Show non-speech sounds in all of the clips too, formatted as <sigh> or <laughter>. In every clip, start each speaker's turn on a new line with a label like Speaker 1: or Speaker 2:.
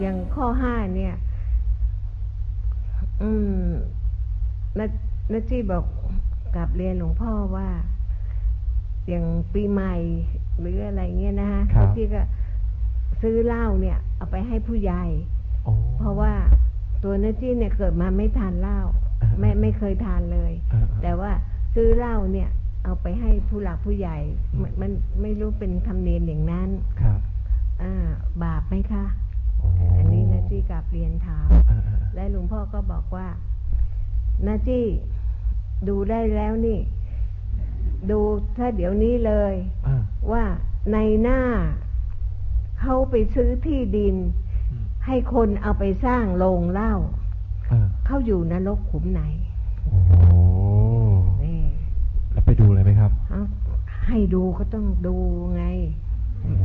Speaker 1: อย่างข้อห้าเนี่ย อืมนัทนัทจี้บอกกลับเรียนหลวงพ่อว่า อย่างปีใหม่หรืออะไรเงี้ยนะคะ
Speaker 2: ครับ
Speaker 1: นัทจี้ก็ซื้อเหล้าเนี่ย เอาไปให้ผู้ใหญ่
Speaker 2: อ๋อ
Speaker 1: เพราะว่าตัวเนื้อจี้เนี่ยเกิดมาไม่ทานเหล้า
Speaker 2: อ่า
Speaker 1: ไม่ไม่เคยทานเลย
Speaker 2: อ่า
Speaker 1: แต่ว่าซื้อเหล้าเนี่ย เอาไปให้ผู้หลักผู้ใหญ่
Speaker 2: อืม
Speaker 1: มันมันไม่รู้เป็นธรรมเนียมอย่างนั้น
Speaker 2: ครับ
Speaker 1: อ่า บาปไหมคะ
Speaker 2: โอ้
Speaker 1: อันนี้นาจี้กลับเรียนถาม
Speaker 2: อ่าอ่า
Speaker 1: และหลวงพ่อก็บอกว่านาจี้ดูได้แล้วนี่ ดูถ้าเดี๋ยวนี้เลย
Speaker 2: อ่า
Speaker 1: ว่าในหน้าเขาไปซื้อที่ดิน
Speaker 2: อืม
Speaker 1: ให้คนเอาไปสร้างโรงเหล้า
Speaker 2: อ่า
Speaker 1: เขาอยู่นรกขุมไหน
Speaker 2: โอ้
Speaker 1: นี่
Speaker 2: แล้วไปดูเลยไหมครับ
Speaker 1: เอาให้ดูก็ต้องดูไง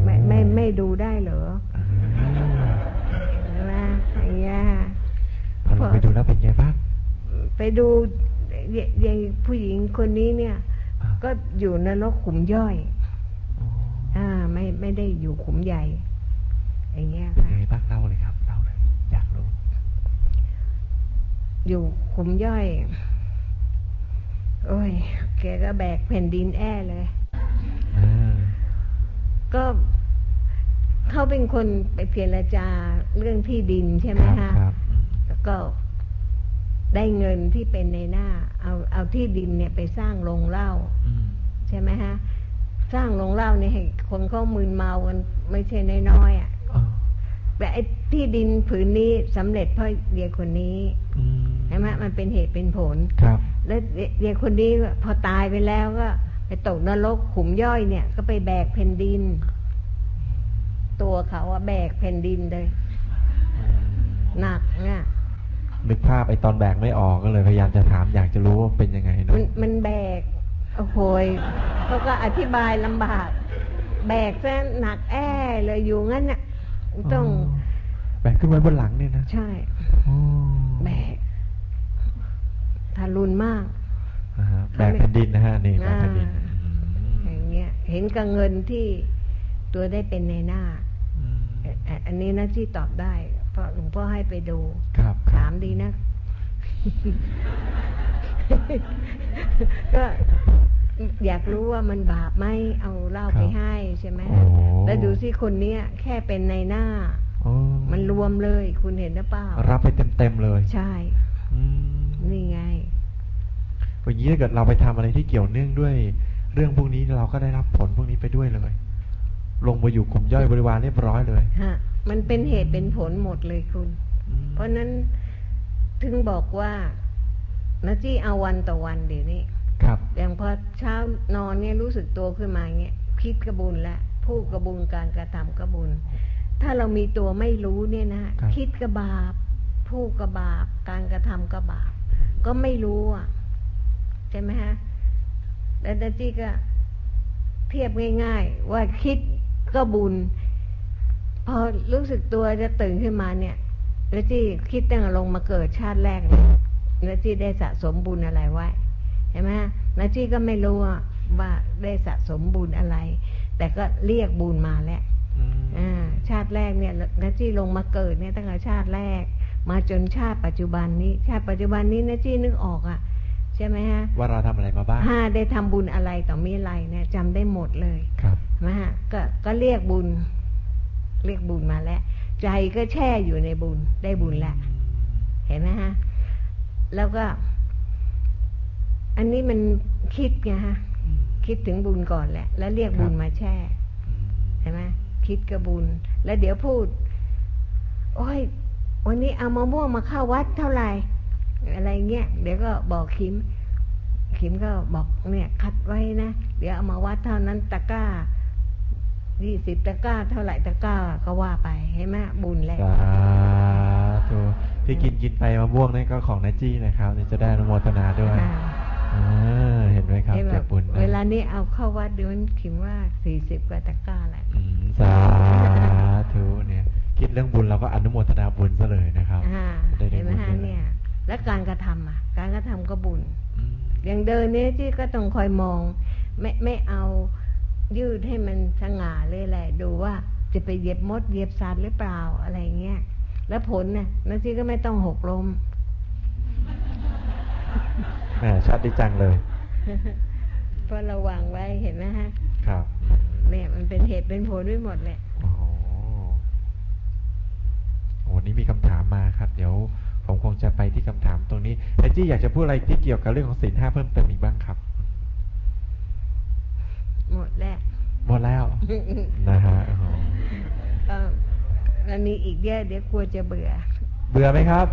Speaker 1: ไม่ไม่ไม่ดูได้เหรอ
Speaker 2: อ่า
Speaker 1: ใช่ไหมอย่างเงี้ย
Speaker 2: พอเราไปดูแล้วเป็นไงบ้าง
Speaker 1: ไปดูอย่างผู้หญิงคนนี้เนี่ย
Speaker 2: อ่า
Speaker 1: ก็อยู่นรกขุมย่อย
Speaker 2: อ๋อ
Speaker 1: อ่า ไม่ไม่ได้อยู่ขุมใหญ่ อย่างเงี้ย
Speaker 2: เป็น
Speaker 1: ค่ะ
Speaker 2: ไงบ้างเล่าเลยครับเล่าเลยอยากรู้
Speaker 1: อยู่ขุมย่อย โอ้ย แกก็แบกแผ่นดินแอ่เลย
Speaker 2: อ่า
Speaker 1: ก็เขาเป็นคนไปเจรจาเรื่องที่ดินใช่ไหม
Speaker 2: ครับ
Speaker 1: ฮะ
Speaker 2: ครับอืม
Speaker 1: แล้วก็ได้เงินที่เป็นในหน้า เอาเอาที่ดินเนี่ยไปสร้างโรงเหล้า
Speaker 2: อืม
Speaker 1: ใช่ไหมฮะ สร้างโรงเหล้าเนี่ยให้คนเขามืนเมากันไม่ใช่น้อยๆอ่ะ
Speaker 2: อ่า
Speaker 1: แต่ไอ้ที่ดินผืนนี้สำเร็จเพราะเดียคนนี้
Speaker 2: อืม
Speaker 1: ใช่ไหมมันเป็นเหตุเป็นผล
Speaker 2: ครับ
Speaker 1: แล้วเดียคนนี้ก็พอตายไปแล้วก็ ไปตกนรกขุมย่อยเนี่ย ก็ไปแบกแผ่นดิน ตัวเขาอะแบกแผ่นดินเลยหนักน่ะ
Speaker 2: นึกภาพไอ้ตอนแบกไม่ออกก็เลยพยายามจะถามอยากจะรู้ว่าเป็นยังไงเน
Speaker 1: มั
Speaker 2: อะ
Speaker 1: นมันแบก โอ้โหยเขาก็อธิบายลำบาก แบกซะหนักแอ้เลยอยู่งั้นน่ะ ต้อง
Speaker 2: แบกขึ้นไว้บนหลังเนี่ยนะ
Speaker 1: ใช่
Speaker 2: อ๋อ
Speaker 1: แบกทารุณมาก
Speaker 2: อ่าฮะแบกแผ่นดินนะฮะนี่แบ
Speaker 1: อ่า
Speaker 2: กแผ่นดิน
Speaker 1: อ
Speaker 2: อืม
Speaker 1: ย่างเงี้ย เห็นกับเงินที่ตัวได้เป็นในหน้าเอ่อเอ่ออันนี้นะที่ตอบได้ เพราะหลวงพ่อให้ไปดู
Speaker 2: ครับ
Speaker 1: ถามดีนะ ก็อยากรู้ว่ามันบาปไหมเอาเหล้าไปให้ใช่ไหมฮะแล้วดูสิคนเนี้ยแค่เป็นในหน้า
Speaker 2: โอ้
Speaker 1: มันรวมเลย คุณเห็นหรือเปล่า
Speaker 2: รับไปเต็มๆเลย
Speaker 1: ใช่
Speaker 2: อืม
Speaker 1: นี่ไง
Speaker 2: อย่างนี้ถ้าเกิดเราไปทำอะไรที่เกี่ยวเนื่องด้วย เรื่องพวกนี้เราก็ได้รับผลพวกนี้ไปด้วยเลย ลงมาอยู่กลุ่มย่อยบริวารเรียบร้อยเลย
Speaker 1: ฮะ มันเป็นเหตุเป็นผลหมดเลยคุณ
Speaker 2: อืม
Speaker 1: เพราะนั้นถึงบอกว่านาจี้เอาวันต่อวันเดี๋ยวนี้
Speaker 2: ครับ
Speaker 1: อย่างพอเช้านอนเนี่ยรู้สึกตัวขึ้นมาเงี้ยคิดกระบุญละพูดกระบุญการกระทำกระบุญ ถ้าเรามีตัวไม่รู้เนี่ยนะครับ คิดกระบาปพูดกระบาปการกระทำกระบาปก็ไม่รู้อ่ะใช่ไหมฮะแล้วดัจี้ก็เทียบง่าย ๆ ว่าคิดก็บุญ พอรู้สึกตัวจะตื่นขึ้นมาเนี่ยแล้วจี้คิดตั้งแต่ลงมาเกิดชาติแรกเนี่ยแล้วจี้ได้สะสมบุญอะไรไว้ เห็นไหมฮะนาจี้ก็ไม่รู้ว่าว่าได้สะสมบุญอะไร แต่ก็เรียกบุญมาแล้วอ่าชาติแรกเนี่ยนาจี้ลงมาเกิดเนี่ยตั้งแต่ชาติแรก มาจนชาติปัจจุบันนี้ ชาติปัจจุบันนี้นาจี้นึกออกอ่ะ ใช่ไหมฮะ
Speaker 2: ว่าเราทำอะไรมาบ้าง
Speaker 1: ห้าได้ทำบุญอะไรต่อมีอะไรเนี่ยจำได้หมดเลย
Speaker 2: ครับ
Speaker 1: เห็นไหมฮะก็ก็เรียกบุญ เรียกบุญมาแล้ว ใจก็แช่อยู่ในบุญได้บุญแล้ว เห็นไหมฮะ แล้วก็ อันนี้มันคิดไงฮะ
Speaker 2: อืม
Speaker 1: คิดถึงบุญก่อนแหละ แล้วเรียกบุญมาแช่
Speaker 2: อืม
Speaker 1: เห็นไหมคิดกับบุญ แล้วเดี๋ยวพูด โอ้ย วันนี้เอามะม่วงมาเข้าวัดเท่าไหร่ อะไรเงี้ย เดี๋ยวก็บอกคิม คิมก็บอกเนี่ย คัดไว้นะ เดี๋ยวเอามาวัดเท่านั้นตะกร้ายี่สิบตะกร้า เท่าไหร่ตะกร้าก็ว่าไป เห็นไหมบุญแล้ว
Speaker 2: สาธุที่กินกินไปมะม่วงนั่นก็ของนาจี้นะครับนี่จะได้อนุโมทนาด้วยอ่าเห็นไหมครับ
Speaker 1: เอ้ยแบ
Speaker 2: เจ็
Speaker 1: บบ
Speaker 2: บุญนะ
Speaker 1: เวลานี้เอาเข้าวัดเดือนคิมว่าสี่สิบกว่าตะกร้าแหละ
Speaker 2: อืมสาธุเนี่ย คิดเรื่องบุญเราก็อนุโมทนาบุญซะเลยนะครับ
Speaker 1: อ่า
Speaker 2: ได้
Speaker 1: เห็นไหม
Speaker 2: บุ
Speaker 1: ฮะ
Speaker 2: ญด้วย
Speaker 1: เนี่ย และการกระทำอ่ะ การกระทำก็บุญ
Speaker 2: อืม
Speaker 1: อย่างเดินเนี่ยที่ก็ต้องคอยมอง ไม่ไม่เอายืดให้มันสง่าเลยแหละดูว่าจะไปเหย็บมดเหย็บสัตว์หรือเปล่าอะไรเงี้ย และผลเนี่ยนักที่ก็ไม่ต้องหกล้ม <laughs>
Speaker 2: แหมชาติจังเลย
Speaker 1: เพราะเราวางไว้เห็นไหมฮะ
Speaker 2: ครับ
Speaker 1: เนี่ยมันเป็นเหตุเป็นผลด้วยหมดแหละ
Speaker 2: โอ้โหโอ้โหนี่มีคำถามมาครับ เดี๋ยวผมคงจะไปที่คำถามตรงนี้ไอจี้อยากจะพูดอะไรที่เกี่ยวกับเรื่องของศีลห้าเพิ่มเติมอีกบ้างครับ
Speaker 1: หมดแล้ว
Speaker 2: หมดแล้ว นะฮะโอ้โห
Speaker 1: <laughs> เอ่อมันมีอีกเยอะเดี๋ยวกลัวจะเบื่อ
Speaker 2: เบื่อไหมครับ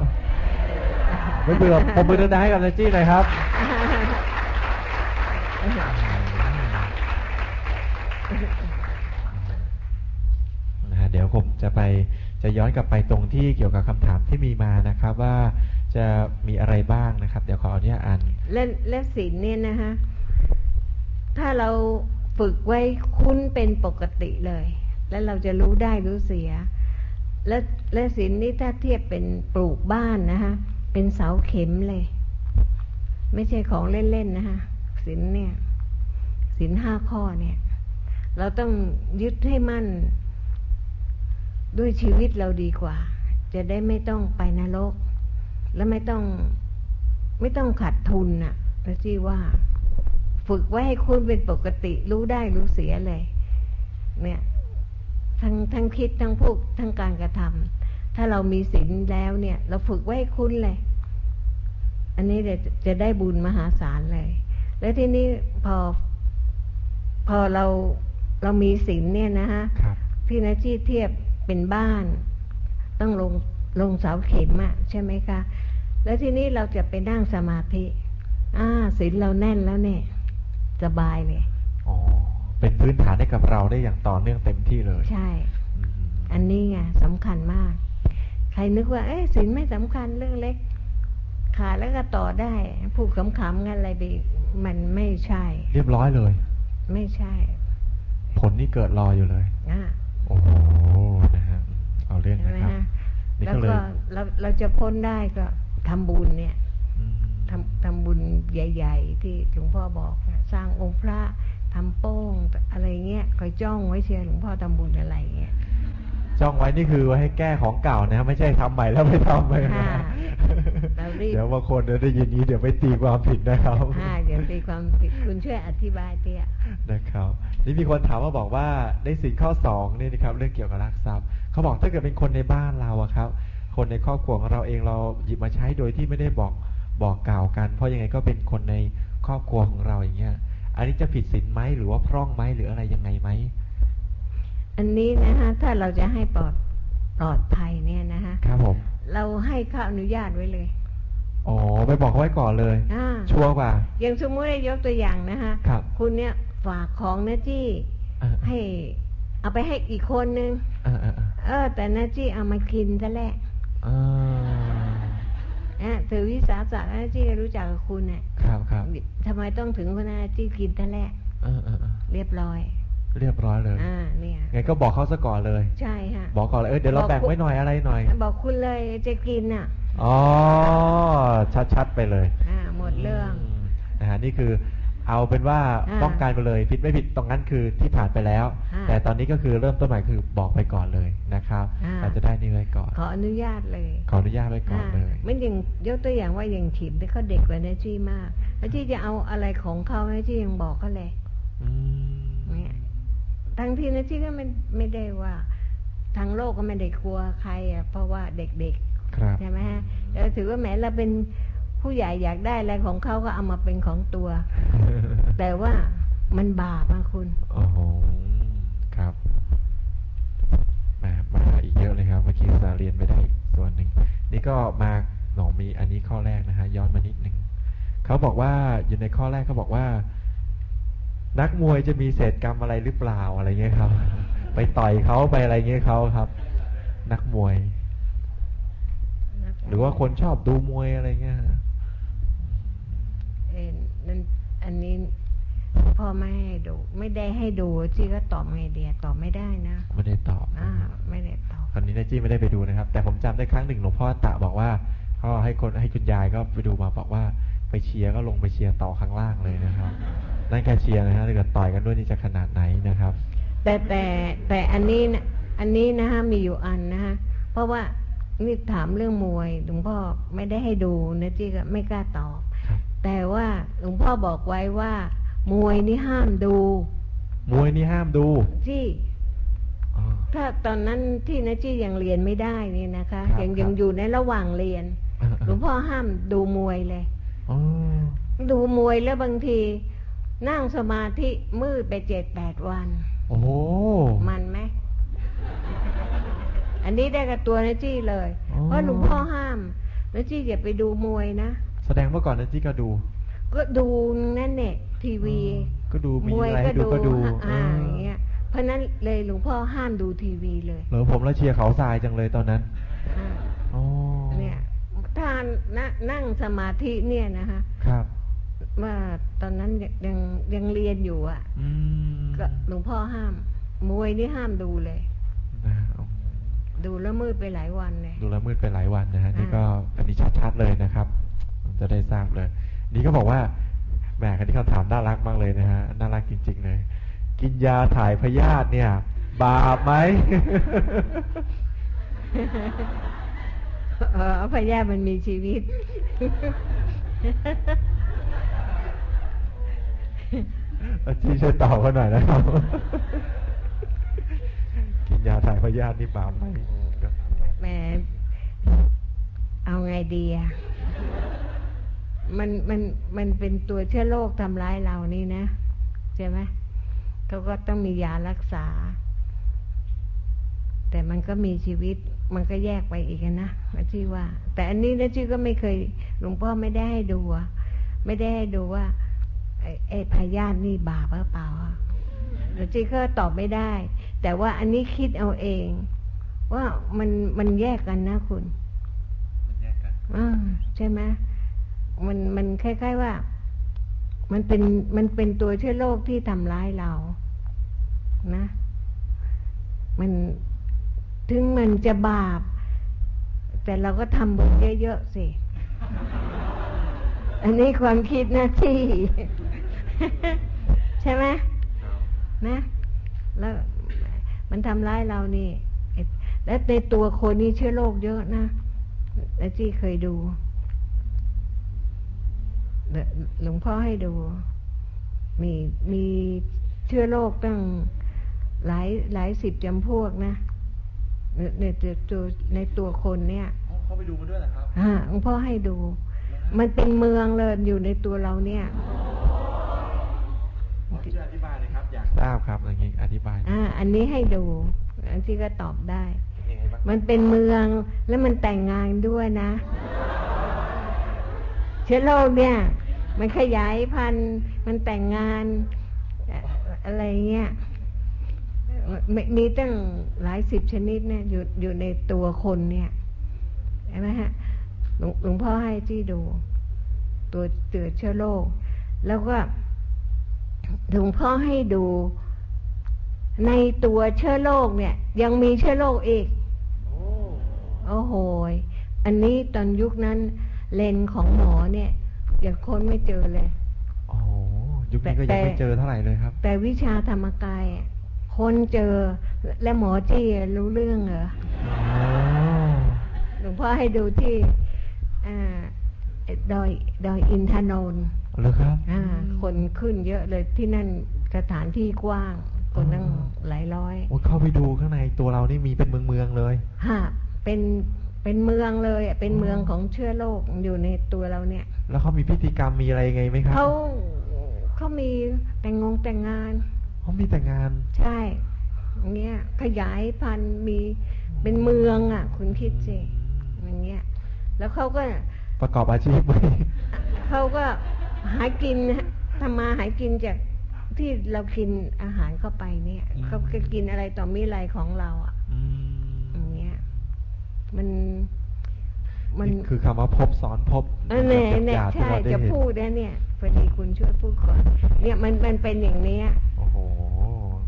Speaker 2: ไม่เบื่อผมมือได้ให้กับไอจี้หน่อยครับ นะฮะเดี๋ยวผมจะไปจะย้อนกลับไปตรงที่เกี่ยวกับคำถามที่มีมานะครับ ว่าจะมีอะไรบ้างนะครับ เดี๋ยวขออนุญาตอ่าน
Speaker 1: และและศีลเนี่ยนะฮะ ถ้าเราฝึกไว้คุ้นเป็นปกติเลย แล้วเราจะรู้ได้รู้เสีย และและศีลนี่ถ้าเทียบเป็นปลูกบ้านนะฮะ เป็นเสาเข็มเลย ไม่ใช่ของเล่นๆนะฮะศีลเนี่ยศีลห้าข้อเนี่ย เราต้องยึดให้มั่น ด้วยชีวิตเราดีกว่า จะได้ไม่ต้องไปนรก และไม่ต้อง ไม่ต้องขาดทุนน่ะพระที่ว่า ฝึกไว้ให้คุณเป็นปกติ รู้ได้รู้เสียเลย เนี่ย ทั้งทั้งคิดทั้งพูดทั้งการกระทำถ้าเรามีศีลแล้วเนี่ย เราฝึกไว้ให้คุณเลย อันนี้เดี๋ยวจะจะได้บุญมหาศาลเลย แล้วทีนี้พอ พอเราเรามีศีลเนี่ยนะฮะ
Speaker 2: ครับ
Speaker 1: พี่นาจี้เทียบเป็นบ้าน ต้องลงลงเสาเข็มอะใช่ไหมคะ แล้วทีนี้เราจะไปนั่งสมาธิอ่าศีลเราแน่นแล้วเนี่ย สบายเลย
Speaker 2: อ๋อ เป็นพื้นฐานให้กับเราได้อย่างต่อเนื่องเต็มที่เลย
Speaker 1: ใช่
Speaker 2: อืม
Speaker 1: อันนี้ไงสำคัญมาก ใครนึกว่า เอ๊ะศีลไม่สำคัญเรื่องเล็ก ขาดแล้วก็ต่อได้พูดขำๆกันอะไรไปอีกมันไม่ใช่
Speaker 2: เรียบร้อยเลย
Speaker 1: ไม่ใช่
Speaker 2: ผลนี่เกิดรออยู่เลย
Speaker 1: อ่า
Speaker 2: โอ้โหนะฮะอืมเอาเรื่อง
Speaker 1: ใช่
Speaker 2: นะ
Speaker 1: ไหม
Speaker 2: ครับ
Speaker 1: ฮะ
Speaker 2: นี่
Speaker 1: แล้ว
Speaker 2: ก็เล
Speaker 1: ก็
Speaker 2: ย
Speaker 1: เราเราจะพ้นได้ก็ทำบุญเนี่ย
Speaker 2: อืม
Speaker 1: ทำทำบุญใหญ่ ๆ ที่หลวงพ่อบอกนะสร้างองค์พระทำโป้งอะไรเงี้ยคอยจ้องไว้เชียร์หลวงพ่อทำบุญอะไรเงี้ย
Speaker 2: <laughs> จ้องไว้นี่คือไว้ให้แก้ของเก่านะ ไม่ใช่ทำใหม่แล้วไม่ทำไปนะ
Speaker 1: ค่ะเรารีบ
Speaker 2: เดี๋ยวบางคนเดี๋ยวได้ยินนี้เดี๋ยวไปตีความผิดนะครับ
Speaker 1: อ่าเดี๋ยวตีความผิดคุณช่วยอธิบายเตี้ย
Speaker 2: <laughs> นะครับนี่มีคนถามว่าบอกว่าในสินข้อสองเนี่ยนะครับเรื่องเกี่ยวกับรักทรัพย์เขาบอกถ้าเกิดเป็นคนในบ้านเราอะครับ คนในครอบครัวของเราเองเราหยิบมาใช้โดยที่ไม่ได้บอกบอกกล่าวกัน เพราะยังไงก็เป็นคนในครอบครัวของเราอย่างเงี้ยอันนี้จะผิดศีลไหมหรือว่าพร่องไหมหรืออะไรยังไงไหม
Speaker 1: อันนี้นะฮะถ้าเราจะให้ปลอดปลอดภัยเนี่ยนะฮะ
Speaker 2: ครับผม
Speaker 1: เราให้เข้าอนุญาตไว้เลย
Speaker 2: อ๋อไปบอกเขาไว้ก่อนเลย
Speaker 1: อ่า
Speaker 2: ชัวร์กว่า
Speaker 1: อย่างสมมติได้ยกตัวอย่างนะฮะ
Speaker 2: ครับ
Speaker 1: ณเนี่ยฝากของนะจี้
Speaker 2: อ่ะ
Speaker 1: ให้เอาไปให้อีกคนนึง
Speaker 2: อ่ะอ่ะอ่ะ
Speaker 1: เออ แต่นะจี้เอามากินซะแหละ
Speaker 2: อ่า
Speaker 1: อ่ะถือวิสาสะนะจี้รู้จักกับคุณเนี่ย
Speaker 2: ครับครับ
Speaker 1: ทำไมต้องถึงคนนะจี้กินซะแหละ
Speaker 2: อ่ะอ่ะอ่ะ
Speaker 1: เรียบร้อย
Speaker 2: เรียบร้อยเลย
Speaker 1: อ่า เนี่ย
Speaker 2: ไงก็บอกเขาซะก่อนเลย
Speaker 1: ใช่ฮะ
Speaker 2: บอกก่อนเลยเออเดี๋ยวเราแบ่งไว้หน่อยอะไรหน่อย
Speaker 1: บอกคุณเลยจะกินอ่ะ
Speaker 2: อ๋อ ชัดๆไปเลย
Speaker 1: อ่า หมดเรื่อง
Speaker 2: มนะฮะนี่คือเอาเป็นว่า
Speaker 1: อ่า
Speaker 2: ป้องกันไปเลย ผิดไม่ผิดตรงนั้นคือที่ผ่านไปแล้ว
Speaker 1: อ่า
Speaker 2: แต่ตอนนี้ก็คือเริ่มต้นใหม่คือบอกไปก่อนเลยนะครับ
Speaker 1: อ่า
Speaker 2: เราจะได้นี่ไว้ก่อน
Speaker 1: ขออนุญาตเลย
Speaker 2: ขออนุญาตไว้ก่อนเลย
Speaker 1: มันอย่างยกตัวอย่างว่าอย่างขิมเนี่ยเขาเด็กกว่านาจี้มากนาจี้จะเอาอะไรของเขานาจี้ยังบอกเขาเลย
Speaker 2: อืม
Speaker 1: เนี่ยทั้งที่นะที่ก็ไม่ไม่ได้ว่าทางโลกก็ไม่ได้กลัวใครอ่ะเพราะว่าเด็ก
Speaker 2: ครับ
Speaker 1: ๆใช่ไหมฮะแล้วถือว่าแหมเราเป็นผู้ใหญ่อยากได้อะไรของเขาก็เอามาเป็นของ
Speaker 2: <laughs>
Speaker 1: ตัว แต่ว่ามันบาปอะคุณ
Speaker 2: โอ้โหครับแหมมาอีกเยอะเลยครับ เมื่อกี้อุตสาห์เรียนไปได้อีกส่วนหนึ่ง นี่ก็มาหนอมีอันนี้ข้อแรกนะฮะ ย้อนมานิดหนึ่ง เขาบอกว่าอยู่ในข้อแรกเขาบอกว่า นักมวยจะมีเศษกรรมอะไรหรือเปล่าอะไรเงี้ยครับ <laughs> ไปต่อยเขาไปอะไรเงี้ยเขาครับ นักมวย หรือว่าคนชอบดูมวยอะไรเงี้ย
Speaker 1: เอ็นนั่นอันนี้พ่อไม่ให้ดู ไม่ได้ให้ดูจีก็ตอบไงเดียตอบไม่ได้นะ
Speaker 2: ไม่ได้ตอบ
Speaker 1: อ่า
Speaker 2: นะครับ
Speaker 1: ไม่ได้ตอบ
Speaker 2: คราวนี้นาจี้ไม่ได้ไปดูนะครับ แต่ผมจำได้ครั้งหนึ่งหลวงพ่อตะบอกว่าเขาให้คนให้คุณยายก็ไปดูมาบอกว่าไปเชียร์ก็ลงไปเชียร์ต่อข้างล่างเลยนะครับ <laughs> นั่นแค่เชียร์นะฮะถ้าเกิดต่อยกันด้วยนี่จะขนาดไหนนะครับ
Speaker 1: แต่แต่แต่อันนี้นะอันนี้นะฮะมีอยู่อันนะฮะเพราะว่า นี่ถามเรื่องมวยหลวงพ่อไม่ได้ให้ดูนะจี้ก็ไม่กล้าตอบ
Speaker 2: ครับ
Speaker 1: แต่ว่าหลวงพ่อบอกไว้ว่า มวยนี่ห้ามดู
Speaker 2: มวยนี่ห้ามดู
Speaker 1: จี้
Speaker 2: อ๋อ
Speaker 1: ถ้าตอนนั้นที่นะจี้ยังเรียนไม่ได้นี่นะคะ
Speaker 2: ครับ
Speaker 1: ยัง
Speaker 2: ครับ
Speaker 1: ยังอยู่ในระหว่างเรียน
Speaker 2: อ่า
Speaker 1: หลวงพ่อห้ามดูมวยเลย
Speaker 2: อ๋อ
Speaker 1: ดูมวยแล้วบางที นั่งสมาธิมืดไปเจ็ดแปดวัน
Speaker 2: โอ้โห
Speaker 1: มันไหม อันนี้ได้กับตัวนะจี้เลย
Speaker 2: อ๋
Speaker 1: เพ
Speaker 2: อ
Speaker 1: ราะหลวงพ่อห้ามนะจี้อย่าไปดูมวยนะ
Speaker 2: แสดงเมื่อก่อนนะจี้ก็ดู
Speaker 1: ก็ดูนั่นเนี่ยทีวี
Speaker 2: อ๋อก็ดูมี
Speaker 1: มวย
Speaker 2: อะไรให้
Speaker 1: ก็
Speaker 2: ดู
Speaker 1: ดู
Speaker 2: ก็ดู
Speaker 1: อ่า
Speaker 2: อ่า
Speaker 1: อย่างเงี้ย เพราะนั้นเลยหลวงพ่อห้ามดูทีวีเลย
Speaker 2: เหรอผมละเชียร์เขาทรายจังเลยตอนนั้น
Speaker 1: อ่า
Speaker 2: อ๋อ
Speaker 1: เนี่ยถ้านะนั่งสมาธิเนี่ยนะคะ
Speaker 2: ครับ
Speaker 1: ว่าตอนนั้นยังยังเรียนอยู่อ่ะ
Speaker 2: อืม
Speaker 1: ก็หลวงพ่อห้าม มวยนี่ห้ามดูเลย
Speaker 2: นะอ๋อ
Speaker 1: ดูแล้วมืดไปหลายวันเลย
Speaker 2: ดูแลวมืดไปหลายวันนะฮะ
Speaker 1: อ่านี่
Speaker 2: นี่ก็อันนี้ชัดๆเลยนะครับ จะได้ทราบเลย นี่ก็บอกว่าแหมคันนี้คำถามน่ารักมากเลยนะฮะน่ารักจริง ๆ เลย กินยาถ่ายพยาธิเนี่ย บาปไหม <laughs>
Speaker 1: <laughs> เออพญามันมีชีวิต <laughs>
Speaker 2: อาจีช่วยตอบเขาหน่อยนะครับ <laughs> กินยาถ่ายพยาธินี่บาปไหม
Speaker 1: แหมเอาไงดีอะมันมันมันเป็นตัวเชื้อโรคทำร้ายเรานี่นะใช่ไหมเขาก็ต้องมียารักษา แต่มันก็มีชีวิต มันก็แยกไปอีกอะนะนะจี้ว่า แต่อันนี้นะจี้ก็ไม่เคย หลวงพ่อไม่ได้ให้ดูอะไม่ได้ให้ดูว่าไอ้ไอ้พยาธินี่บาปหรือเปล่าอะนะจี้ก็ตอบไม่ได้ แต่ว่าอันนี้คิดเอาเอง ว่ามันมันแยกกันนะคุณ
Speaker 2: มันแยกกัน
Speaker 1: อ่าใช่ไหมมันมันคล้ายๆว่า มันเป็นมันเป็นตัวเชื้อโรคที่ทำร้ายเรา นะ มันถึงมันจะบาป แต่เราก็ทำบุญเยอะ
Speaker 2: <laughs>
Speaker 1: ๆสิ อันนี้ความคิดนะที่ <laughs> ใช่ไหม นะแล้วมันทำร้ายเรานี่ไอ้และในตัวคนนี่เชื้อโรคเยอะนะอาจี้เคยดูเดี๋ยวหลวงพ่อให้ดู มีมีเชื้อโรคตั้งหลายหลายสิบจำพวกนะในในตัวในตัวคนเนี่ย
Speaker 2: เขาไปดูมาด้วยเหรอครับ
Speaker 1: อ่าหลวงพ่อให้ดู มันเป็นเมืองเลยอยู่ในตัวเราเนี่ย
Speaker 2: ผมจะอธิบายเลยครับ อยากทราบครับอย่างนี้อธิบายหน่
Speaker 1: อ่า
Speaker 2: อย
Speaker 1: อันนี้ให้ดู อันที่ก็ตอบได้
Speaker 2: ยังไงบ้าง
Speaker 1: มันเป็นเมืองแล้วมันแต่งงานด้วยนะ เชื้อโรคเนี่ย มันขยายพันธุ์มันแต่งงานเอ่ออะไรเงี้ยมมีตั้งหลายสิบชนิดเนี่ยอยู่อยู่ในตัวคนเนี่ยใช่ไหมฮะหลวงหลวงพ่อให้จี้ดู ตัวเตือเชื้อโรคแล้วก็หลวงพ่อให้ดู ในตัวเชื้อโรคเนี่ย ยังมีเชื้อโรคอีก
Speaker 2: โอ้
Speaker 1: โอ้โหยอันนี้ตอนยุคนั้นเลนส์ของหมอเนี่ยยังค้นไม่เจอเลย
Speaker 2: โอ้โหยุคนี้ก็
Speaker 1: แต่
Speaker 2: ยังไม่เจอเท่าไหร่เลยครับ
Speaker 1: แต่วิชาธรรมกายอะคนเจอและหมอจี้รู้เรื่องเหรอ หลวงพ่อให้ดูที่อ่าดอยดอยอินทนนท์
Speaker 2: อ๋อเหรอครับ
Speaker 1: อ่า คนขึ้นเยอะเลยที่นั่นสถานที่กว้าง คนนั่ง
Speaker 2: อ๋อ
Speaker 1: หลายร้อย
Speaker 2: โอ้เข้าไปดูข้างในตัวเรานี่มีเป็นเมืองเมืองๆเลย
Speaker 1: ฮะ เป็น เป็นเมืองเลยอะเป็นเมืองของเชื้อโรคอยู่ในตัวเราเนี่ย
Speaker 2: แล้วเขามีพิธีกรรมมีอะไรยังไงไหมครับ
Speaker 1: เขาเขามีแต่งงงแต่งงาน
Speaker 2: เขามีแต่งาน
Speaker 1: ใช่อย่างเงี้ย ขยายพันธุ์มีเป็นเมืองอ่ะ คุณคิดสิ
Speaker 2: อืม
Speaker 1: อย่างเงี้ย แล้วเขาก็
Speaker 2: ประกอบอาชีพไหม
Speaker 1: เขาก็หากินนะทำมาหากินจากที่เรากินอาหารเข้าไปเนี่ย
Speaker 2: อืม
Speaker 1: เขาก็กินอะไรต่อมีอะไรของเราอ่ะ
Speaker 2: อื
Speaker 1: อ
Speaker 2: ม
Speaker 1: ย่างเงี้ย มัน มัน
Speaker 2: นี่คือคำว่าพบซ้อนพบ
Speaker 1: เออเนี่ยเนี่ย
Speaker 2: หบๆที่
Speaker 1: ใช่
Speaker 2: เราได้
Speaker 1: จะ
Speaker 2: เห็น
Speaker 1: พูดนะเนี่ยพอดีคุณช่วยพูดก่อน เนี่ยมันมันเป็นอย่างเนี้ย
Speaker 2: โอ้โห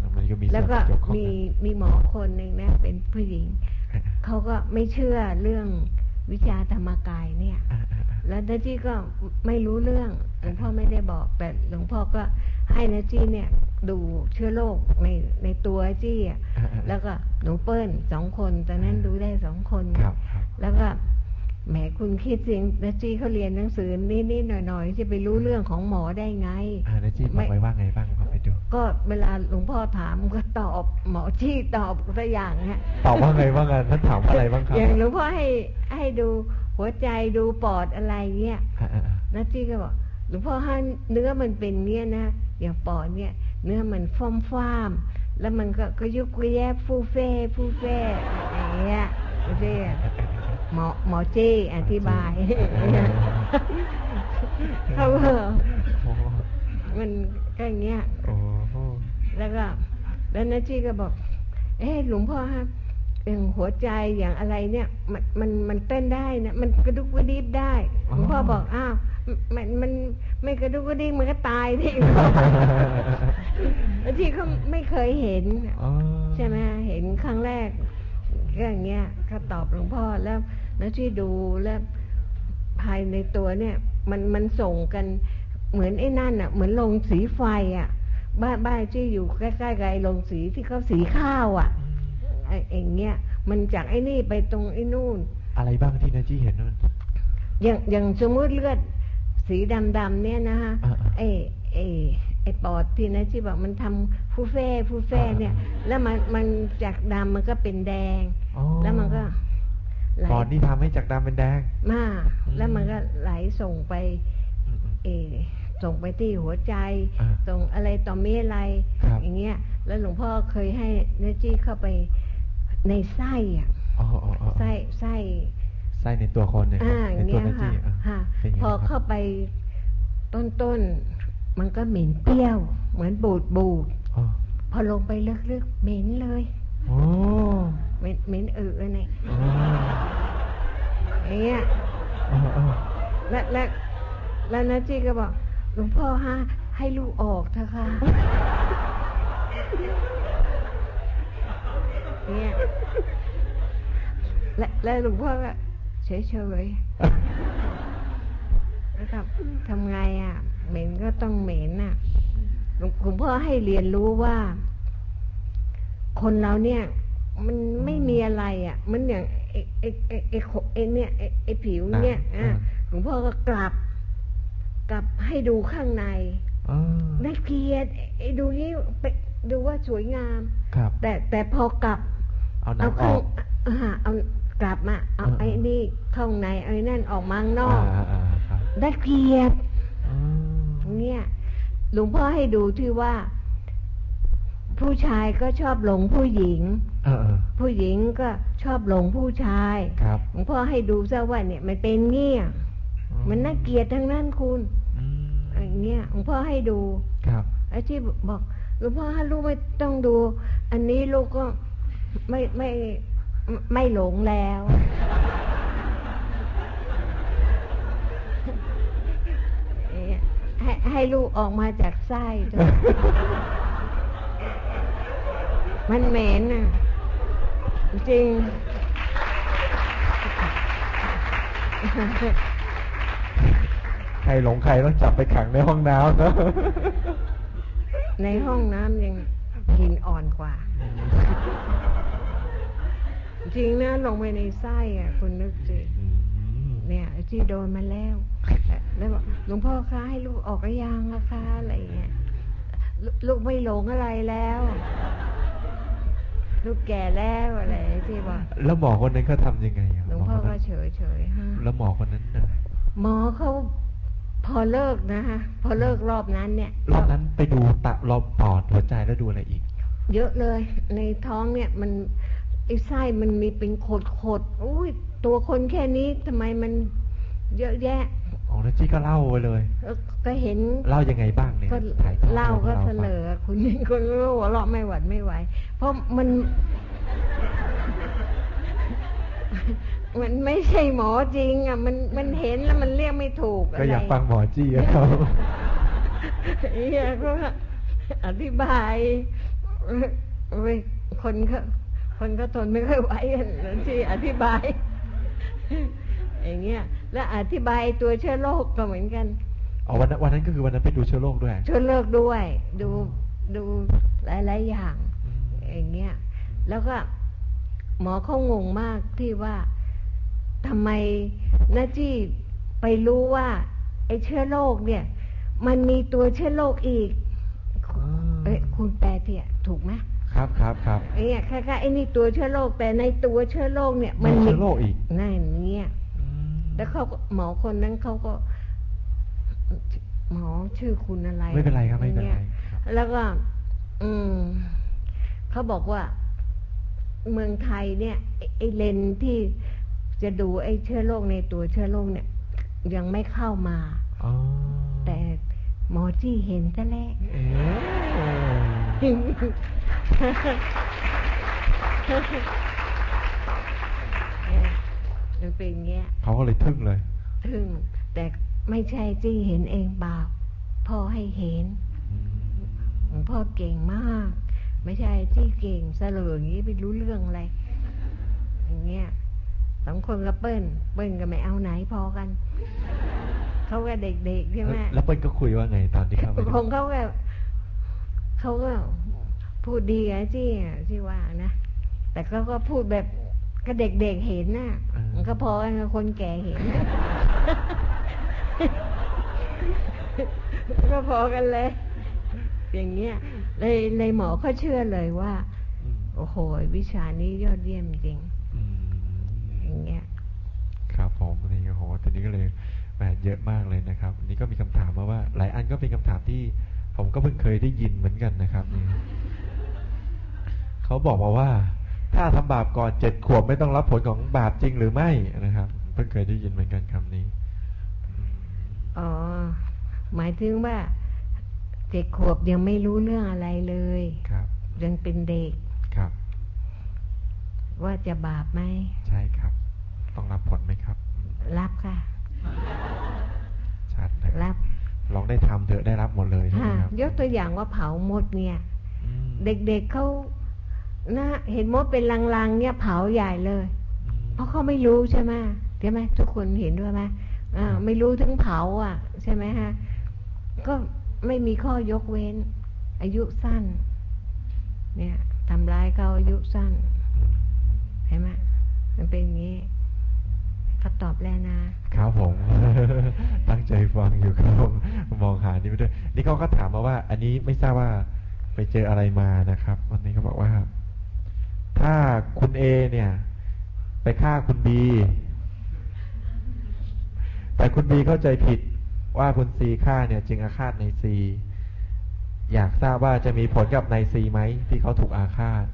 Speaker 2: มันก็มี
Speaker 1: แล้วก็
Speaker 2: ส่นเยข้องนะ
Speaker 1: มีมีหมอคนหนึ่งนะ เป็นผู้หญิง เขาก็ไม่เชื่อเรื่องวิชาธรรมกายเนี่ย
Speaker 2: อ่ะอ่ะอ่ะ
Speaker 1: แล้วนาจี้ก็ไม่รู้เรื่องหลวงพ่อไม่ได้บอกแต่หลวงพ่อก็ให้นาจี้เนี่ย ดูเชื้อโรคในในตัวจี้อะ
Speaker 2: อ่ะอ่ะ
Speaker 1: แล้วก็หนูเปิ้ลสองคนตอนนั้นดูได้สองคน
Speaker 2: ครับครับ
Speaker 1: แล้วก็แหมคุณคิดสินะจีเขาเรียนหนังสือนิดๆหน่อยๆจะไปรู้เรื่องของหมอได้ไง
Speaker 2: อ่าแล้วจี้บอกไว้ว่าไงบ้างพอไปดู
Speaker 1: ก็เวลาหลวงพ่อถามก็ตอบหมอชี้ตอบสักอย่างฮะ
Speaker 2: ตอบว่าไงบ้างอ่ะท่านถามอะไรบ้างครับ
Speaker 1: อย่างหลวงพ่อให้ให้ดูหัวใจดูปอดอะไรเงี้ย
Speaker 2: อ่าอ่าอ่า
Speaker 1: นะจี้ก็บอกหลวงพ่อให้เนื้อมันเป็นเนี้ยนะอย่างปอดเนี่ย เนื้อมันฟ้อมฟ้ามๆแล้วมันก็ก็ยุบก็แยบฟูเฟ่ฟูเฟ่อย่างเงี้ยนะจี้อะหมอหมอจี้อธิ
Speaker 2: <laughs>
Speaker 1: บายเขาก็
Speaker 2: โอ้โห
Speaker 1: มันก็อย่างเงี้ย
Speaker 2: โอ้โห
Speaker 1: แล้วก็แล้วนาจีก็บอก เอ๊ะหลวงพ่อฮะอย่างหัวใจอย่างอะไรเนี่ย มันมันมันเต้นได้นะมันกระดุกกระดิบได้หลวงพ่อบอกอ้าวมันมันไม่กระดุกกระดิบมันก็ตายดิ <laughs> นาจีก็ไม่เคยเห็น
Speaker 2: อ๋อ
Speaker 1: ใช่ไหมเห็นครั้งแรกก็อย่างเงี้ยก็ตอบหลวงพ่อแล้วแล้วที่ดูแล้วภายในตัวเนี่ย มันมันส่งกันเหมือนไอ้นั่นอ่ะ เหมือนลงสีไฟอ่ะ บ้านบ้านที่อยู่ใกล้ๆกับไอ้ลงสีที่เขาสีข้าวอ่ะ
Speaker 2: อืม
Speaker 1: ไอ้อย่างเงี้ยมันจากไอ้นี่ไปตรงไอ้นู่น
Speaker 2: อะไรบ้างที่นาจี้เห็นนั่น
Speaker 1: อย่างอย่างสมมติเลือดสีดำๆเนี่ยนะฮะ
Speaker 2: อ่าๆ
Speaker 1: ไอ้ไอ้ไอ้ปอดที่นะที่บอกมันทำฟูเฟ่ฟูเฟ่
Speaker 2: อ่าๆ
Speaker 1: เนี่ย แล้วมันมันจากดำมันก็เป็นแดง
Speaker 2: อ๋อ
Speaker 1: แล้วมันก็ไหล
Speaker 2: ก่อนที่ทำให้จากดำเป็นแดง
Speaker 1: มาก
Speaker 2: อืม
Speaker 1: แล้วมันก็ไหลส่งไป
Speaker 2: อืมอืม
Speaker 1: เออส่งไปที่หัวใจ
Speaker 2: อ่า
Speaker 1: ส่งอะไรต่อมีอะไร
Speaker 2: ครับ
Speaker 1: อย่างเงี้ย แล้วหลวงพ่อเคยให้เนจี้เข้าไปในไส้อะ
Speaker 2: อ๋ออ๋ออ๋อ
Speaker 1: ไส้ไส้
Speaker 2: ไส้ในตัวคนเนี่ยครั
Speaker 1: อ่า
Speaker 2: บ
Speaker 1: อ
Speaker 2: ใน
Speaker 1: ย่าง
Speaker 2: ตั
Speaker 1: เงี้
Speaker 2: วย นา
Speaker 1: ค่ะค่ะ
Speaker 2: จี้อ่ะเป็นยัง
Speaker 1: พ
Speaker 2: ไง
Speaker 1: อ
Speaker 2: บ้าง
Speaker 1: เข้าไปต้นต้นๆมันก็เหม็นเปรี้ยว เหมือนบูดบูด
Speaker 2: อ๋อ
Speaker 1: ๆพอลงไปลึกๆเหม็นเลย
Speaker 2: โอ้
Speaker 1: เหม็นเหม็นเอออะไร
Speaker 2: อ๋อ
Speaker 1: อย่างเงี้ย
Speaker 2: อ๋ออ๋อ
Speaker 1: และและแล้วนะจีก็บอกหลวงพ่อฮะให้ลูกออกเถอะค่ะ <laughs> เนี่ยและและหลวงพ่อก็เฉยๆ แล้วทำทำไงอ่ะ เหม็นก็ต้องเหม็นอ่ะหลวงหลวงพ่อให้เรียนรู้ว่า คนเราเนี่ย มันไม่มีอะไรอ่ะ มันอย่างไอ้ไอ้ไอ้ไอ้ขนไอ้เนี่ยไอ้ไอ้ผิวเนี่ย
Speaker 2: หนัง
Speaker 1: อ่ะ
Speaker 2: อ่า
Speaker 1: หลวงพ่อก็กลับ กลับให้ดูข้างใน
Speaker 2: อ๋อ
Speaker 1: น่าเกลียดไอ้ไอ้ดูนี่ไปดูว่าสวยงาม
Speaker 2: ครับ
Speaker 1: แต่แต่พอกลับ
Speaker 2: เอาหนั
Speaker 1: เอา
Speaker 2: งอ
Speaker 1: เข้า
Speaker 2: อก
Speaker 1: อ่าเอากลับมาเอา
Speaker 2: อ่า
Speaker 1: ไอ้นี่เข้าในเอาไอ้นั่นออกมาข้างนอก
Speaker 2: อ่าอ่าอ่าครับ
Speaker 1: น่าเกลียด
Speaker 2: อ๋อ
Speaker 1: เนี่ยหลวงพ่อให้ดูที่ว่า ผู้ชายก็ชอบหลงผู้หญิง
Speaker 2: เออเออ
Speaker 1: ผู้หญิงก็ชอบหลงผู้ชาย
Speaker 2: ครับ
Speaker 1: หลวงพ่อให้ดูซะว่าเนี่ยมันเป็นเงี้ย
Speaker 2: อ๋อ
Speaker 1: มันน่าเกลียดทั้งนั้นคุณ
Speaker 2: อืม
Speaker 1: อย่างเงี้ยหลวงพ่อให้ดู
Speaker 2: ครับ
Speaker 1: ไอ้ที่บอกหลวงพ่อให้ลูกไม่ต้องดู อันนี้ลูกก็ไม่ไม่ไม่ไม่หลงแล้ว เนี่ยให้ให้ลูกออกมาจากไส้เถ
Speaker 2: <laughs>
Speaker 1: อะ มันเหม็นน่ะ จริง
Speaker 2: ใครหลงใครต้องจับไปขังในห้องน้ำเนอะ
Speaker 1: ในห้องน้ำยังกลินอ่อนกว่า จริงนะลงไปในไส้อ่ะคุณนึกสิเนี่ยที่โดนมาแล้ว แล้วบอกหลวงพ่อคะให้ลูกออกหรือยังล่ะคะอะไรอย่างเงี้ยลูกลูกไม่หลงอะไรแล้ว ลูกแก่แล้วอะไรที่บอก
Speaker 2: แล้วหมอคนนั้นเขาทำยังไงอะ
Speaker 1: หลวงพ่อ
Speaker 2: หมคน
Speaker 1: ก็
Speaker 2: นั้น
Speaker 1: เฉยเฉยๆฮะ
Speaker 2: แล้วหมอคนนั้นน่ะ
Speaker 1: หมอเขาพอเลิกนะฮะ พอเลิกรอบนั้นเนี่ย
Speaker 2: รอบนั้นไปดูตะรอบปอดหัวใจแล้วดูอะไรอีก
Speaker 1: เยอะเลย ในท้องเนี่ยมันไอ้ไส้มันมีเป็นขดขดๆอุ้ยตัวคนแค่นี้ทำไมมันเยอะแยะ
Speaker 2: อ๋อแล้วจี้ก็เล่าไปเลย
Speaker 1: แล้วก็เห็น
Speaker 2: เล่ายังไงบ้างเนี่ย
Speaker 1: ก็
Speaker 2: ถ่ยทอด
Speaker 1: เล่าก็
Speaker 2: ให้พว
Speaker 1: เส
Speaker 2: ฟัง
Speaker 1: ลอคุณนี่คนก็หัวเราะไม่หวัดไม่ไหว เพราะมัน <laughs> มันไม่ใช่หมอจริง อ่ะ มันมันเห็นแล้วมันเรียกไม่ถูกอะไร
Speaker 2: ก็อยากฟังหมอจี้อะครับ
Speaker 1: เอียก็อธิบายเอ้ยคนก็คนก็ทนไม่ค่อยไหวนั่นที่อธิบาย <laughs> อย่างเงี้ย แล้วอธิบายตัวเชื้อโรคก็เหมือนกัน
Speaker 2: อ๋อวันนั้นวันนั้นก็คือวันนั้นไปดูเชื้อโรคด้วย
Speaker 1: เชื้อโรคด้วย ดูดูหลาย ๆ อย่าง
Speaker 2: อืม
Speaker 1: อย่างเงี้ย แล้วก็หมอเขางงมากที่ว่า ทำไมนาจี้ไปรู้ว่าไอ้เชื้อโรคเนี่ย มันมีตัวเชื้อโรคอีก
Speaker 2: อืม
Speaker 1: เอ้ยคุณแปลเถี่ยถูกไหม
Speaker 2: ครับครับครับ
Speaker 1: ไอ้เนี่ยแค่ๆไอ้นี่ตัวเชื้อโรคแต่ในตัวเชื้อโรคเนี่ย มัน
Speaker 2: มีเชื้อโรคอีก
Speaker 1: นั่นเนี่ย
Speaker 2: อืม
Speaker 1: แล้วเขาก็หมอคนนั้นเขาก็ หมอชื่อคุณอะไร
Speaker 2: ไม่เป็นไรครับไม่เป็นไร
Speaker 1: ย
Speaker 2: ครับ
Speaker 1: แล้วก็ อืมเขาบอกว่าเมืองไทยเนี่ยไอ้ไอ้เลนส์ที่จะดูไอ้เชื้อโรคในตัวเชื้อโรคเนี่ย ยังไม่เข้ามา
Speaker 2: อ๋อ
Speaker 1: แต่หมอจี้เห็นซะแล้ว <laughs>
Speaker 2: เอ๊ะ
Speaker 1: เนี่ยมันเป็นอย่างเงี้ย
Speaker 2: เขาก็เลยทึ่งเลย
Speaker 1: ถึงแต่ไม่ใช่จี้เห็นเองเปล่าพ่อให้เห็น
Speaker 2: อืม
Speaker 1: หลวงพ่อเก่งมาก ไม่ใช่จี้เก่งเสลออย่างนี้ไม่รู้เรื่องอะไรอย่างเงี้ยสองคนก็เปิ้ลเปิ้ลก็ไม่เอาไหนพอกันเขาก็เด็กๆใช่ไหม
Speaker 2: แล้วแล้วเปิ้ลก็คุยว่าไงตอนที่เข้าไปดู
Speaker 1: คงเขาก็เขาก็พูดดีอะจี้อะจี้ว่านะแต่เขาก็พูดแบบก็เด็กๆเห็นน่ะมันก็พอกันกับคนแก่เห็น <laughs> ก็พอกันเลย อย่างเงี้ยเลยเลยหมอก็เชื่อเลยว่า
Speaker 2: อืม
Speaker 1: โอ้โห วิชานี้ยอดเยี่ยมจริง
Speaker 2: อื
Speaker 1: อ
Speaker 2: ม
Speaker 1: ย่างเงี้ย
Speaker 2: ครับผมนี่โอ้โหตอนนี้ก็เลยแหมเยอะมากเลยนะครับอันนี่ก็มีคำถามมาว่า หลายอันก็เป็นคำถามที่ผมก็เพิ่งเคยได้ยินเหมือนกันนะครับนี่เขาบอกมาว่า ถ้าทำบาปก่อนเจ็ดขวบไม่ต้องรับผลของบาปจริงหรือไม่นะครับ เพิ่งเคยได้ยินเหมือนกันคำนี้
Speaker 1: อ๋อ หมายถึงว่าเด็กขวบยังไม่รู้เรื่องอะไรเลย
Speaker 2: ครับ
Speaker 1: ยังเป็นเด็ก
Speaker 2: ครับ
Speaker 1: ว่าจะบาปไหม
Speaker 2: ใช่ครับ ต้องรับผลไหมครับ
Speaker 1: รับค่ะ
Speaker 2: ชัดนะ
Speaker 1: รับ
Speaker 2: ลองได้ทำเถอะได้รับหมดเลยใช่ไหม
Speaker 1: ค่ะ
Speaker 2: ครับ
Speaker 1: ยกตัวอย่างว่าเผาหมดเนี่ย
Speaker 2: อืม
Speaker 1: เด็กๆเขานะเห็นมดเป็นลังๆ เนี่ยเผาใหญ่เลย
Speaker 2: อืม
Speaker 1: เพราะเขาไม่รู้ใช่ไหมใช่ไหมทุกคนเห็นด้วยไหมอ่า
Speaker 2: ครับ
Speaker 1: ไม่รู้ถึงเผาอ่ะ ใช่ไหมฮะ ก็ไม่มีข้อยกเว้น อายุสั้น เนี่ยทำร้ายเขาอายุสั้น
Speaker 2: อืม
Speaker 1: ใช่ไหมมันเป็นอย่างนี้ก็ตอบแล้วนะ
Speaker 2: ครับผม <laughs> ตั้งใจฟังอยู่ครับผมมองหานี่ไม่ได้วยนี่เขาก็ถามมาว่า อันนี้ไม่ทราบว่าไปเจออะไรมานะครับ วันนี้เขาบอกว่า ถ้าคุณเอเนี่ย ไปฆ่าคุณบีแต่คุณบีเข้าใจผิดว่าคุณซีฆ่าเนี่ย จึงอาฆาตในซีอยากทราบว่าจะมีผลกับในซีไหมที่เขาถูกอาฆาต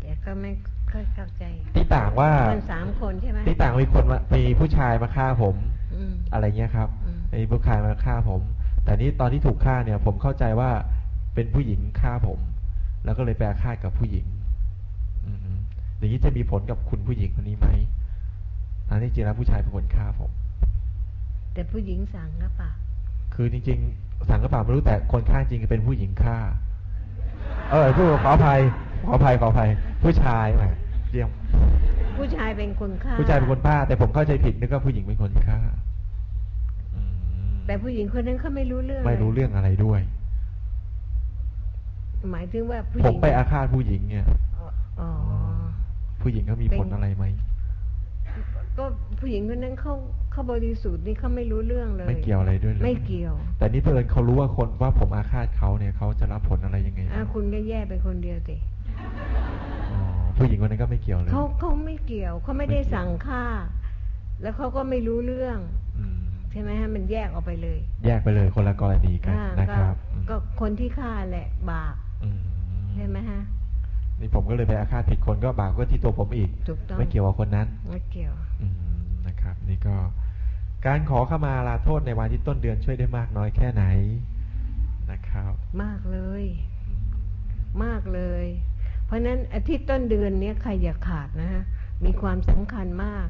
Speaker 1: เดี๋ยวก็ไม่ค่อยเข้าใจ
Speaker 2: ที่ต่างว่า
Speaker 1: มันสามคนใช่ไหม
Speaker 2: ที่ต่างมีคนมามีผู้ชายมาฆ่าผม
Speaker 1: อืม
Speaker 2: อะไรเงี้ยครับ
Speaker 1: อืม
Speaker 2: ไอ้ผู้ชายมาฆ่าผม แต่นี่ตอนที่ถูกฆ่าเนี่ย ผมเข้าใจว่าเป็นผู้หญิงฆ่าผม แล้วก็เลยแปลฆ่าตกับผู้หญิง อืมอย่างนี้จะมีผลกับคุณผู้หญิงคนนี้ไหมอันนี้จริงแล้วผู้ชายเป็นคนฆ่าผม
Speaker 1: แต่ผู้หญิงสั่งก็เปล่า
Speaker 2: คือจริงๆสั่งกระเป๋าไม่รู้แต่คนฆ่าจริงคือเป็นผู้หญิงฆ่า เออผู้ขออภัยขออภัยขออภัย ผู้ชายแหมเยี่ยม
Speaker 1: ผู้ชายเป็นคนฆ่า
Speaker 2: ผู้ชายเป็นคนฆ่า แต่ผมเข้าใจผิดนึกว่าผู้หญิงเป็นคนฆ่าอืม
Speaker 1: แต่ผู้หญิงคนนั้นเขาไม่รู้เรื่อง
Speaker 2: ไม่รู้เรื่องอะไรด้วย
Speaker 1: หมายถึงว่าผู้ห
Speaker 2: ผ
Speaker 1: ญิ
Speaker 2: ม
Speaker 1: ง
Speaker 2: ไปอาฆาตผู้หญิงเนี่ย
Speaker 1: อ๋อ
Speaker 2: ผู้หญิงเขามีผ
Speaker 1: เป็
Speaker 2: ล
Speaker 1: น
Speaker 2: อะไรไหม
Speaker 1: ก็ผู้หญิงคนนั้นเขาเขาบริสุทธิ์นี่เขาไม่รู้เรื่องเลย
Speaker 2: ไม่เกี่ยวอะไรด้วยเลย
Speaker 1: ไม่เกี่ยว
Speaker 2: แต่นี่เพื่อนเขารู้ว่าคนว่าผมอาฆาตเขาเนี่ยเขาจะรับผลอะไรยังไง
Speaker 1: อ่ะ
Speaker 2: บ้าง
Speaker 1: คุณก็แย่ไปคนเดียวสิ
Speaker 2: อ๋อผู้หญิงคนนั้นก็ไม่เกี่ยวเลย
Speaker 1: เขาเขาไม่เกี่ยวเขาไม่ได้
Speaker 2: ไม่เกี่ยว
Speaker 1: สั่งฆ่า แล้วเขาก็ไม่รู้เรื่อง
Speaker 2: อืม
Speaker 1: ใช่ไหมฮะมันแยกออกไปเลย
Speaker 2: แยกไปเลยคนละกรณีกัน
Speaker 1: อ่า
Speaker 2: นะครับ
Speaker 1: ก็ก็คนที่ฆ่าแหละบาป
Speaker 2: อืม
Speaker 1: ใช่ไหมฮะ
Speaker 2: นี่ผมก็เลยไปอาฆาตผิดคนก็บาปก็ที่ตัวผมอีก
Speaker 1: ถูกต้อง
Speaker 2: ไม่เกี่ยวกับคนนั้น
Speaker 1: ไม่เกี่ยว
Speaker 2: อืมนะครับ นี่ก็ การขอขมาลาโทษในวันที่ต้นเดือนช่วยได้มากน้อยแค่ไหน
Speaker 1: <laughs>
Speaker 2: นะครับ
Speaker 1: มากเลย
Speaker 2: อืม
Speaker 1: มากเลย เพราะฉะนั้นอาทิตย์ต้นเดือนเนี้ยใครอย่าขาดนะฮะ มีความสำคัญมาก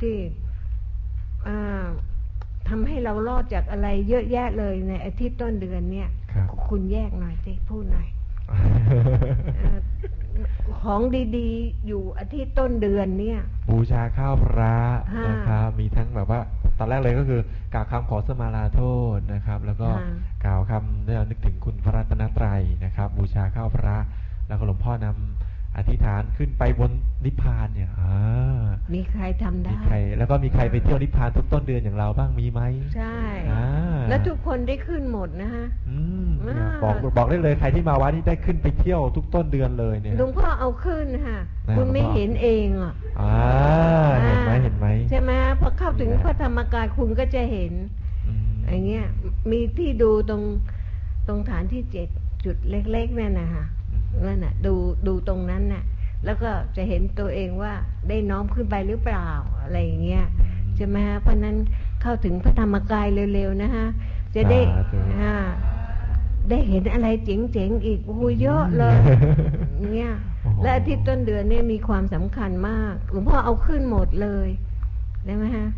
Speaker 1: ที่อ่าทำให้เรารอดจากอะไรเยอะแยะเลยในอาทิตย์ต้นเดือนเนี่ย
Speaker 2: ครับ
Speaker 1: คุณแยกหน่อยสิพูดหน่อยเอ่อของดีๆ อยู่อาทิตย์ต้นเดือนเนี่ย
Speaker 2: บูชาข้าวพระ
Speaker 1: ค่ะ
Speaker 2: นะครับมีทั้งแบบว่า ตอนแรกเลยก็คือกล่าวคำขอสมาลาโทษนะครับ แล้วก็
Speaker 1: ค่ะ
Speaker 2: กล่าวคำเนี่ยนึกถึงคุณพระรัตนตรัยนะครับ บูชาข้าวพระ แล้วก็หลวงพ่อนำ อธิษฐานขึ้นไปบนนิพพานเนี่ยอ่า
Speaker 1: มีใครทำได้
Speaker 2: มีใคร แล้วก็มีใครไปเที่ยวนิพพานทุกต้นเดือนอย่างเราบ้างมีไหม
Speaker 1: ใช่
Speaker 2: อ่า
Speaker 1: แล้วทุกคนได้ขึ้นหมดนะฮะ
Speaker 2: อืมเนี่ย
Speaker 1: อ่า
Speaker 2: บอกบอกได้เลยใครที่มาวัดนี่ได้ขึ้นไปเที่ยวทุกต้นเดือนเลยเนี่ย
Speaker 1: หลวงพ่อเอาขึ้นค่ะ
Speaker 2: แล้ว
Speaker 1: คุณไม่เห็นเองอ่ะ
Speaker 2: อ่าเห็นไหมเห็นไหม
Speaker 1: ใช่ไหมพอเข้าถึงพระธรรมกายคุณก็จะเห็น
Speaker 2: ม
Speaker 1: อย่างเงี้ยมีที่ดูตรงตรงฐานที่เจ็ดจุดเล็กๆนั่นนะคะ
Speaker 2: อืม
Speaker 1: นั่นน่ะดูดูตรงนั้นน่ะ แล้วก็จะเห็นตัวเองว่าได้น้อมขึ้นไปหรือเปล่าอะไรอย่างเงี้ยใช่ไหมฮะเพราะนั้นเข้าถึงพระธรรมกายเร็วๆนะฮะจะได้
Speaker 2: สาธุ
Speaker 1: อ่าได้เห็นอะไรเจ๋งๆอีกโอ้โหเยอะเลย
Speaker 2: <laughs>
Speaker 1: เนี่ย
Speaker 2: โอ้โห
Speaker 1: และอาทิตย์ต้นเดือนเนี่ยมีความสำคัญมากหลวงพ่อเอาขึ้นหมดเลยได้ไหมฮะ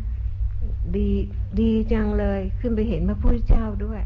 Speaker 1: ดีดีจังเลยขึ้นไปเห็นพระพุทธเจ้าด้วย